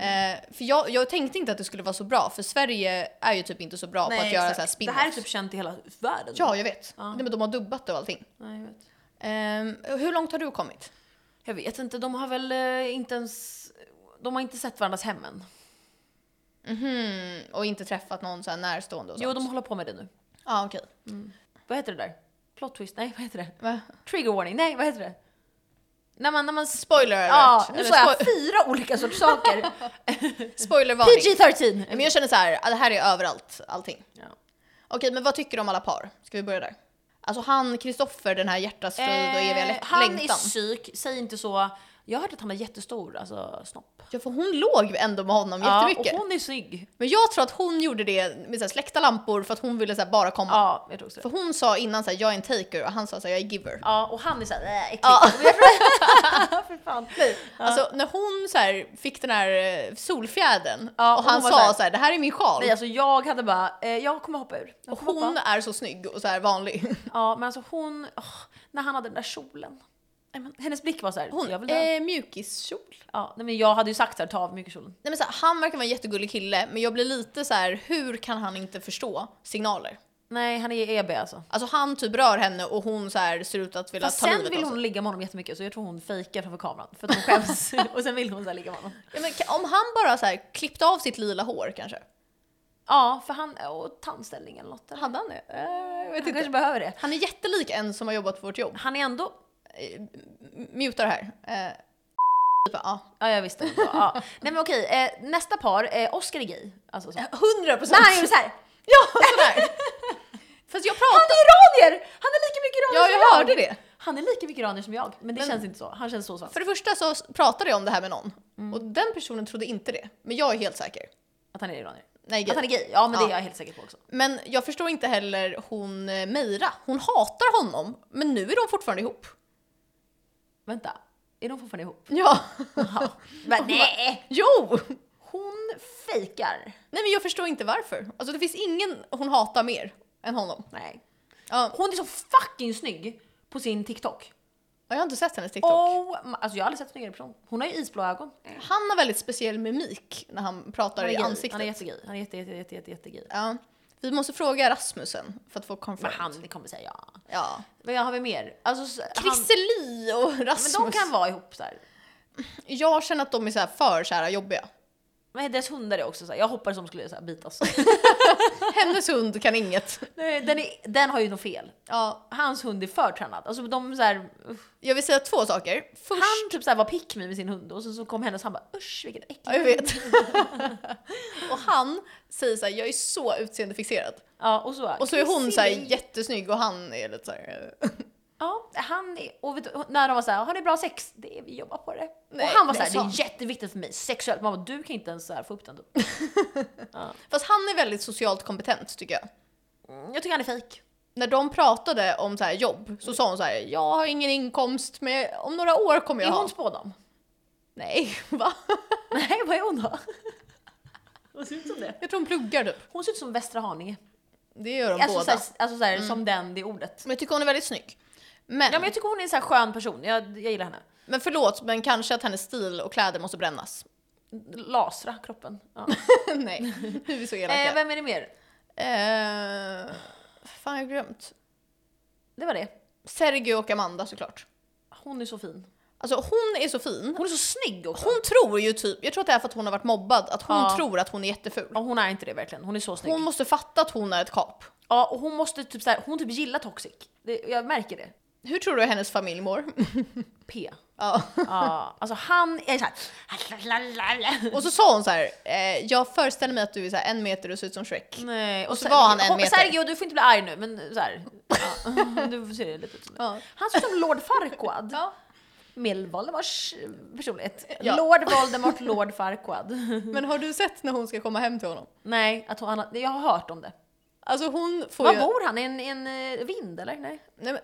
B: Eh, för jag, jag tänkte inte att det skulle vara så bra, för Sverige är ju typ inte så bra på att göra
A: exakt.
B: så här spin
A: Det här är typ känt i hela världen.
B: Ja, jag vet. Nej, men de har dubbat det och allting.
A: Nej, jag vet.
B: Eh, hur långt har du kommit?
A: Jag vet inte, de har väl eh, inte ens... De har inte sett varandras hem än.
B: Mm, Och inte träffat någon så här närstående och sånt?
A: Jo, de håller på med det nu.
B: Ja, okej.
A: Vad heter det där? Plot twist? Nej, vad heter det?
B: Va?
A: Trigger warning? Nej, vad heter det? När man... När man sp-
B: Spoiler
A: ja,
B: alert!
A: nu
B: Eller
A: sa jag
B: spo-
A: fyra olika (laughs) sorters saker.
B: spoilervarning.
A: PG-13!
B: Men jag känner så här, ah, det här är överallt, allting.
A: Ja.
B: Okej, men vad tycker du om alla par? Ska vi börja där? Alltså han, Kristoffer, den här hjärtasfrid och eviga lä-
A: Eh, han
B: längtan.
A: är psyk, säg inte så. Jag hörde att han har jättestor alltså, snopp.
B: Ja, för hon låg ändå med honom jättemycket.
A: Ja, och hon är snygg.
B: Men jag tror att hon gjorde det med så här, släckta lampor för att hon ville så här, bara komma.
A: Ja, jag tror också det.
B: För hon sa innan så här, jag är en taker och han sa så här, jag är giver.
A: Ja, och han är såhär äh, äcklig.
B: Ja.
A: Men (laughs) jag tror- (laughs) Fy fan.
B: Alltså när hon så här, fick den här eh, solfjädern
A: Ja,
B: och
A: och
B: han
A: hon var
B: sa
A: så här-
B: så här, det här är min sjal.
A: Nej alltså jag hade bara, eh, jag kommer hoppa ur. Jag
B: och
A: kommer
B: hon
A: hoppa.
B: är så snygg och så här vanlig.
A: Ja men alltså hon, åh, när han hade den där kjolen. Nej, men Hennes blick var såhär,
B: Hon,
A: jag vill ha. den.
B: (laughs) eh, mjukiskjol.
A: ja, nej, men jag hade ju sagt såhär, ta av mig kjolen.
B: Nej, men så här, han verkar vara en jättegullig kille men jag blir lite så här: hur kan han inte förstå signaler?
A: Nej han är EB alltså.
B: Alltså han typ rör henne och hon så här, ser ut att vilja
A: Fast
B: ta
A: sen
B: livet
A: vill
B: av sig.
A: hon ligga med honom jättemycket så jag tror hon fejkar framför kameran för (laughs) att hon skäms. och sen vill hon så här ligga med honom.
B: Ja, men, ka- om han bara så här, klippte av sitt lila hår kanske.
A: Ja för han, och tandställning eller något. eller?
B: Hade han det? Eh, jag vet
A: Han
B: inte.
A: kanske behöver det.
B: Han är jättelik en som har jobbat på vårt jobb.
A: Han är ändå
B: M- Muta det här. Eh, typ, ja.
A: Ja, jag visste det. var bra. Ja. Nej men okej, eh, nästa par, eh, Oscar är gay. Alltså så. Nej,
B: 100 procent!
A: han gjorde såhär.
B: (laughs) Ja, sådär! Fast jag
A: Han
B: pratar...
A: är iranier! Han är lika mycket iranier
B: Ja,
A: som
B: jag hörde det.
A: Han är lika mycket iranier som jag, men det känns inte så. Han känns så svensk.
B: För det första så s- pratade jag om det här med någon och den personen trodde inte det. Men jag är helt säker.
A: Att han är iranier.
B: Nej,
A: Att
B: gud.
A: han är gay, ja men det
B: Ja.
A: är jag helt säker på också.
B: Men jag förstår inte heller hon eh, Meira. Hon hatar honom, men nu är de fortfarande ihop.
A: Vänta, är de fortfarande ihop?
B: Ja.
A: Ja. (laughs) Men nej!
B: (laughs) jo!
A: Hon fejkar.
B: Nej men jag förstår inte varför. Alltså det finns ingen hon hatar mer än honom.
A: Nej.
B: Ja,
A: Hon är så fucking snygg på sin TikTok.
B: jag har inte sett hennes TikTok.
A: Oh, my- alltså jag har aldrig sett en snyggare person. Hon har ju isblå ögon.
B: Han har väldigt speciell mimik när han pratar
A: Han är,
B: i
A: gay.
B: ansiktet.
A: han är jättegay. Han är jätte, jätte, jätte, jätte, jättegay.
B: ja. Vi måste fråga Rasmussen för att få
A: Men
B: confirm.
A: han kommer säga ja.
B: Ja.
A: Vad har vi mer? Alltså, så- han,
B: Christer Lee och Rasmus.
A: men de kan vara ihop så här.
B: Jag känner att de är så här för så
A: (laughs)
B: här jobbiga.
A: Men deras hundar är också så här. jag hoppades de skulle så här
B: (laughs)
A: bitas.
B: Hennes hund kan inget.
A: Nej, den, är, den har ju något fel.
B: Ja,
A: Hans hund är för tränad. Alltså de så här, uff.
B: jag vill säga två saker. Först,
A: han typ så här var pick me med sin hund och så, så kom hennes han bara usch vilket äckligt.
B: Ja,
A: (laughs)
B: jag vet. och han säger så här, jag är så utseendefixerad.
A: Ja, och så,
B: Och så är hon så här
A: Chrissy-
B: jättesnygg och han är lite så här... (laughs) eh.
A: Ja, han är, och vet, du, när de var så här, har ni bra sex? Det är, vi jobbar på det.
B: Nej,
A: och han var så
B: nej,
A: här, det
B: sant.
A: är jätteviktigt för mig sexuellt. Man bara, du kan inte ens så här få upp den då.
B: Fast han är väldigt socialt kompetent tycker jag.
A: Mm, Jag tycker han är fejk.
B: När de pratade om så här jobb så sa hon så här, jag har ingen inkomst men om några år kommer jag
A: Är
B: ha.
A: hon (laughs) spådam?
B: Nej, (laughs) va?
A: Nej, vad är hon då? Hon ser ut som det.
B: Jag tror hon pluggar typ.
A: Hon ser ut som Västra Haninge.
B: Det gör de
A: Alltså,
B: båda.
A: så här, alltså så här, som den, det ordet.
B: Men jag tycker hon är väldigt snygg. Men,
A: Ja men jag tycker hon är en så här skön person, jag, jag gillar henne.
B: men förlåt, men kanske att hennes stil och kläder måste brännas. (laughs)
A: Lasra kroppen. Ja.
B: Nej, nu
A: (laughs)
B: är vi så
A: Eh,
B: elaka.
A: vem är det mer?
B: Eh, fan, jag har glömt.
A: Det var det.
B: Sergio och Amanda såklart.
A: Hon är så fin.
B: Alltså hon är så fin.
A: Hon är så snygg också.
B: Hon tror ju typ, jag tror att det är för att hon har varit mobbad, att hon
A: Ja.
B: tror att hon är jätteful.
A: Ja, hon är inte det verkligen, hon är så snygg.
B: Hon måste fatta att hon är ett kap.
A: Ja, och hon måste typ så här, hon typ gillar toxic. Det, jag märker det.
B: Hur tror du hennes familj mår?
A: P.
B: ja.
A: Ja, alltså han är så här.
B: (laughs) Och så sa hon så här, eh, jag föreställer mig att du är så här en meter och ser ut som Shrek.
A: Nej, och,
B: så var han en
A: Hon-
B: meter.
A: Sergio, du får inte bli arg nu men så här. Ja, (laughs) du ser lite ut som det.
B: Ja.
A: Han ser ut som Lord Farquaad.
B: Ja.
A: Med Voldemorts eh, personlighet.
B: Ja.
A: Lord Voldemort, Lord Farquaad. (laughs)
B: Men har du sett när hon ska komma hem till honom?
A: Nej, att hon, han, jag har hört om det.
B: Alltså hon får
A: Var
B: ju...
A: bor han? I en, i en eh, vind eller?
B: (laughs)
A: Nej.
B: Nej, men...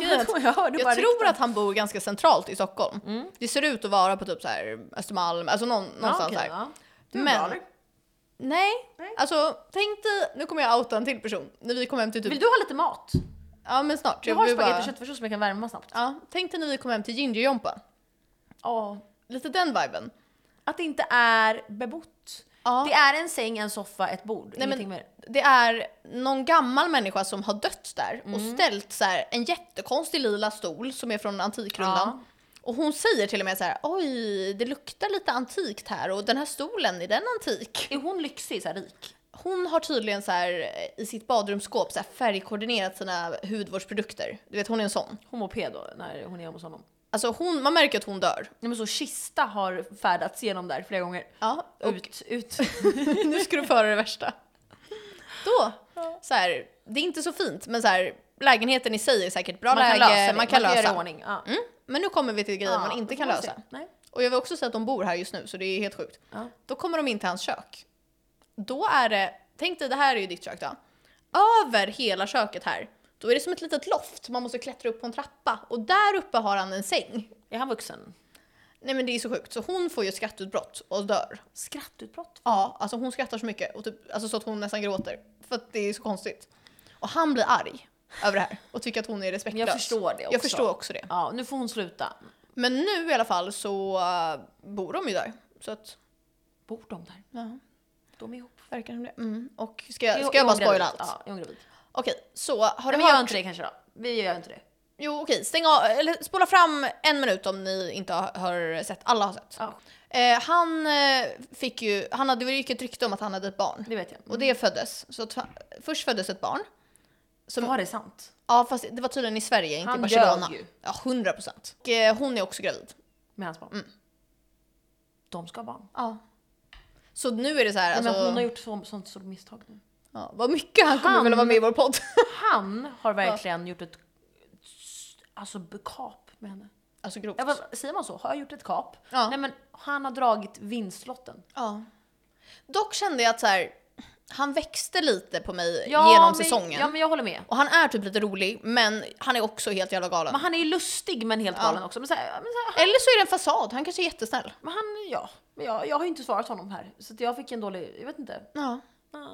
B: Grejen är
A: Jag
B: att-
A: tror, jag hörde bara
B: Jag tror
A: rykten.
B: att han bor ganska centralt i Stockholm. Det ser ut att vara på typ så här Östermalm, alltså någon, någonstans
A: okej,
B: där.
A: ja. Mm. Det är bra,
B: Men,
A: eller?
B: nej.
A: Nej.
B: Alltså tänk dig, nu kommer jag outa en till person. När vi kommer hem till typ,
A: Vill du ha lite mat?
B: ja men snart.
A: Jag har spagetti och köttfärssås som jag kan värma snabbt.
B: Ja, tänk dig när vi kommer hem till Gingerjompa.
A: Ja.
B: Lite den viben.
A: Att det inte är bebott.
B: Ja.
A: Det är en säng, en soffa, ett bord.
B: Nej,
A: Ingenting
B: men
A: mer.
B: det är någon gammal människa som har dött där och
A: Mm.
B: ställt så här en jättekonstig lila stol som är från antikrundan. Och hon säger till och med så här: oj det luktar lite antikt här och den här stolen, är den antik?
A: Är hon lyxig, så här rik?
B: Hon har tydligen så här eh, i sitt badrumsskåp så här färgkoordinerat sina hudvårdsprodukter. Du vet hon är en sån.
A: Homoped då, när hon är hos honom.
B: Alltså hon, man märker att hon dör.
A: Nej men så kista har färdats genom där flera gånger.
B: Ja, och
A: Ut, ut.
B: (laughs) nu ska du få höra det värsta. Då, så här, det är inte så fint men så här, lägenheten i sig är säkert bra
A: Man kan
B: läge,
A: lösa det,
B: man kan lösa.
A: göra i ordning. Ja.
B: Men nu kommer vi till grejer man inte
A: då
B: kan
A: får man se.
B: lösa.
A: Nej.
B: Och jag vill också säga att de bor här just nu så det är helt sjukt.
A: Ja.
B: Då kommer de in till hans kök. Då är det, tänk dig det här är ju ditt kök då. Över hela köket här, då är det som ett litet loft. Man måste klättra upp på en trappa och där uppe har han en säng.
A: Är han vuxen?
B: Nej men det är så sjukt, så hon får ju ett skrattutbrott och dör.
A: Skrattutbrott?
B: Ja, alltså hon skrattar så mycket och typ, alltså så att hon nästan gråter. För att det är så konstigt. Och han blir arg över det här och tycker att hon är respektlös.
A: Jag förstår det också.
B: Jag förstår också det.
A: Ja, nu får hon sluta.
B: Men nu i alla fall så eh, bor de ju där. Så att,
A: Bor de där?
B: ja,
A: De är ihop.
B: verkar som det. Mm. Och ska jag,
A: Jo,
B: ska jag bara
A: är hon
B: spoila allt?
A: gravid? Ja, är hon gravid?
B: Okej, så har
A: Nej,
B: du
A: men gör
B: hört...
A: inte det kanske då. Vi gör inte det.
B: Jo okej, stäng av, eller spola fram en minut om ni inte har- har sett, alla har sett.
A: Ja,
B: Eh, han eh, fick ju, han hade, det gick ett rykte om att han hade ett barn.
A: det vet jag.
B: Och det föddes. Så att, han- först föddes ett barn.
A: Som var det sant?
B: Ja fast det var tydligen i Sverige, inte
A: Han
B: i Barcelona.
A: ljög ju.
B: Ja, 100 procent. Och eh, hon är också gravid.
A: Med hans
B: Mm.
A: barn? De ska ha barn.
B: Ja. Så nu är det så här,
A: Nej,
B: alltså,
A: men hon har gjort så, sånt stort misstag nu.
B: ja, vad mycket han kommer
A: Han-
B: vilja vara med i vår podd.
A: Han har verkligen gjort ett alltså, b- kap med henne.
B: alltså grovt.
A: Ja, vad, säger man så? Har jag gjort ett kap?
B: Ja.
A: Nej men han har dragit vinstlotten.
B: Ja. Dock kände jag att så här, han växte lite på mig
A: Ja,
B: genom
A: men,
B: säsongen.
A: Ja men jag håller med.
B: Och han är typ lite rolig, men han är också helt jävla galen.
A: Men han är ju lustig men helt galen också. Men, så här, men, så här,
B: Eller så är det en fasad, han kanske är jättesnäll.
A: men han, ja. Men jag, jag har ju inte svarat honom här. Så att jag fick en dålig, jag vet inte.
B: Ja.
A: Ja.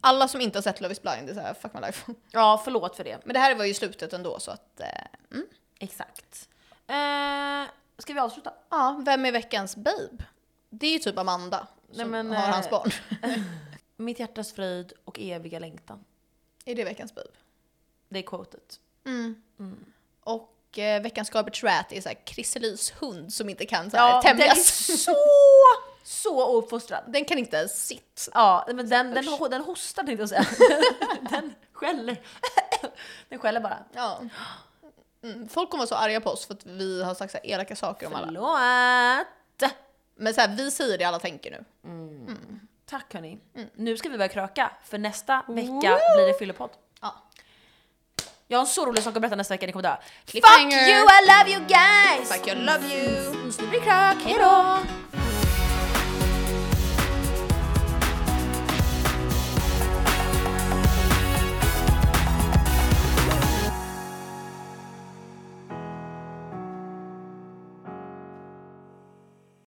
B: Alla som inte har sett Love is blind, det är så här, fuck my life. (laughs)
A: Ja, förlåt för det.
B: Men det här var ju slutet ändå så att... Eh, mm.
A: Exakt. Eh, ska vi avsluta?
B: Ja, vem är veckans babe? Det är ju typ Amanda
A: Nej,
B: som
A: men,
B: har hans
A: eh,
B: barn. (laughs)
A: Mitt hjärtas fröjd och eviga längtan.
B: är det veckans babe?
A: Det är quotet.
B: Och eh, veckans garbage rat är så här Chrisselis hund som inte kan så här,
A: Ja, den är
B: tämjas.
A: så, så ouppfostrad.
B: (laughs) Den kan inte ens sitt.
A: Ja, men den, den, ho- den hostar tänkte jag säga. (laughs) den skäller. den skäller bara.
B: Ja. Mm, folk kommer vara så arga på oss för att vi har sagt så här elaka saker om alla.
A: Förlåt!
B: Men så här, vi säger det alla tänker nu.
A: Tack hörni. Mm, Nu ska vi börja kröka, för nästa vecka blir det fyllepodd.
B: Ja.
A: Jag har en så rolig sak att berätta nästa vecka, ni kommer dö. Fuck
B: Cliffhanger.
A: you, I love you guys!
B: Fuck you, love you!
A: Så nu blir det krök, hejdå!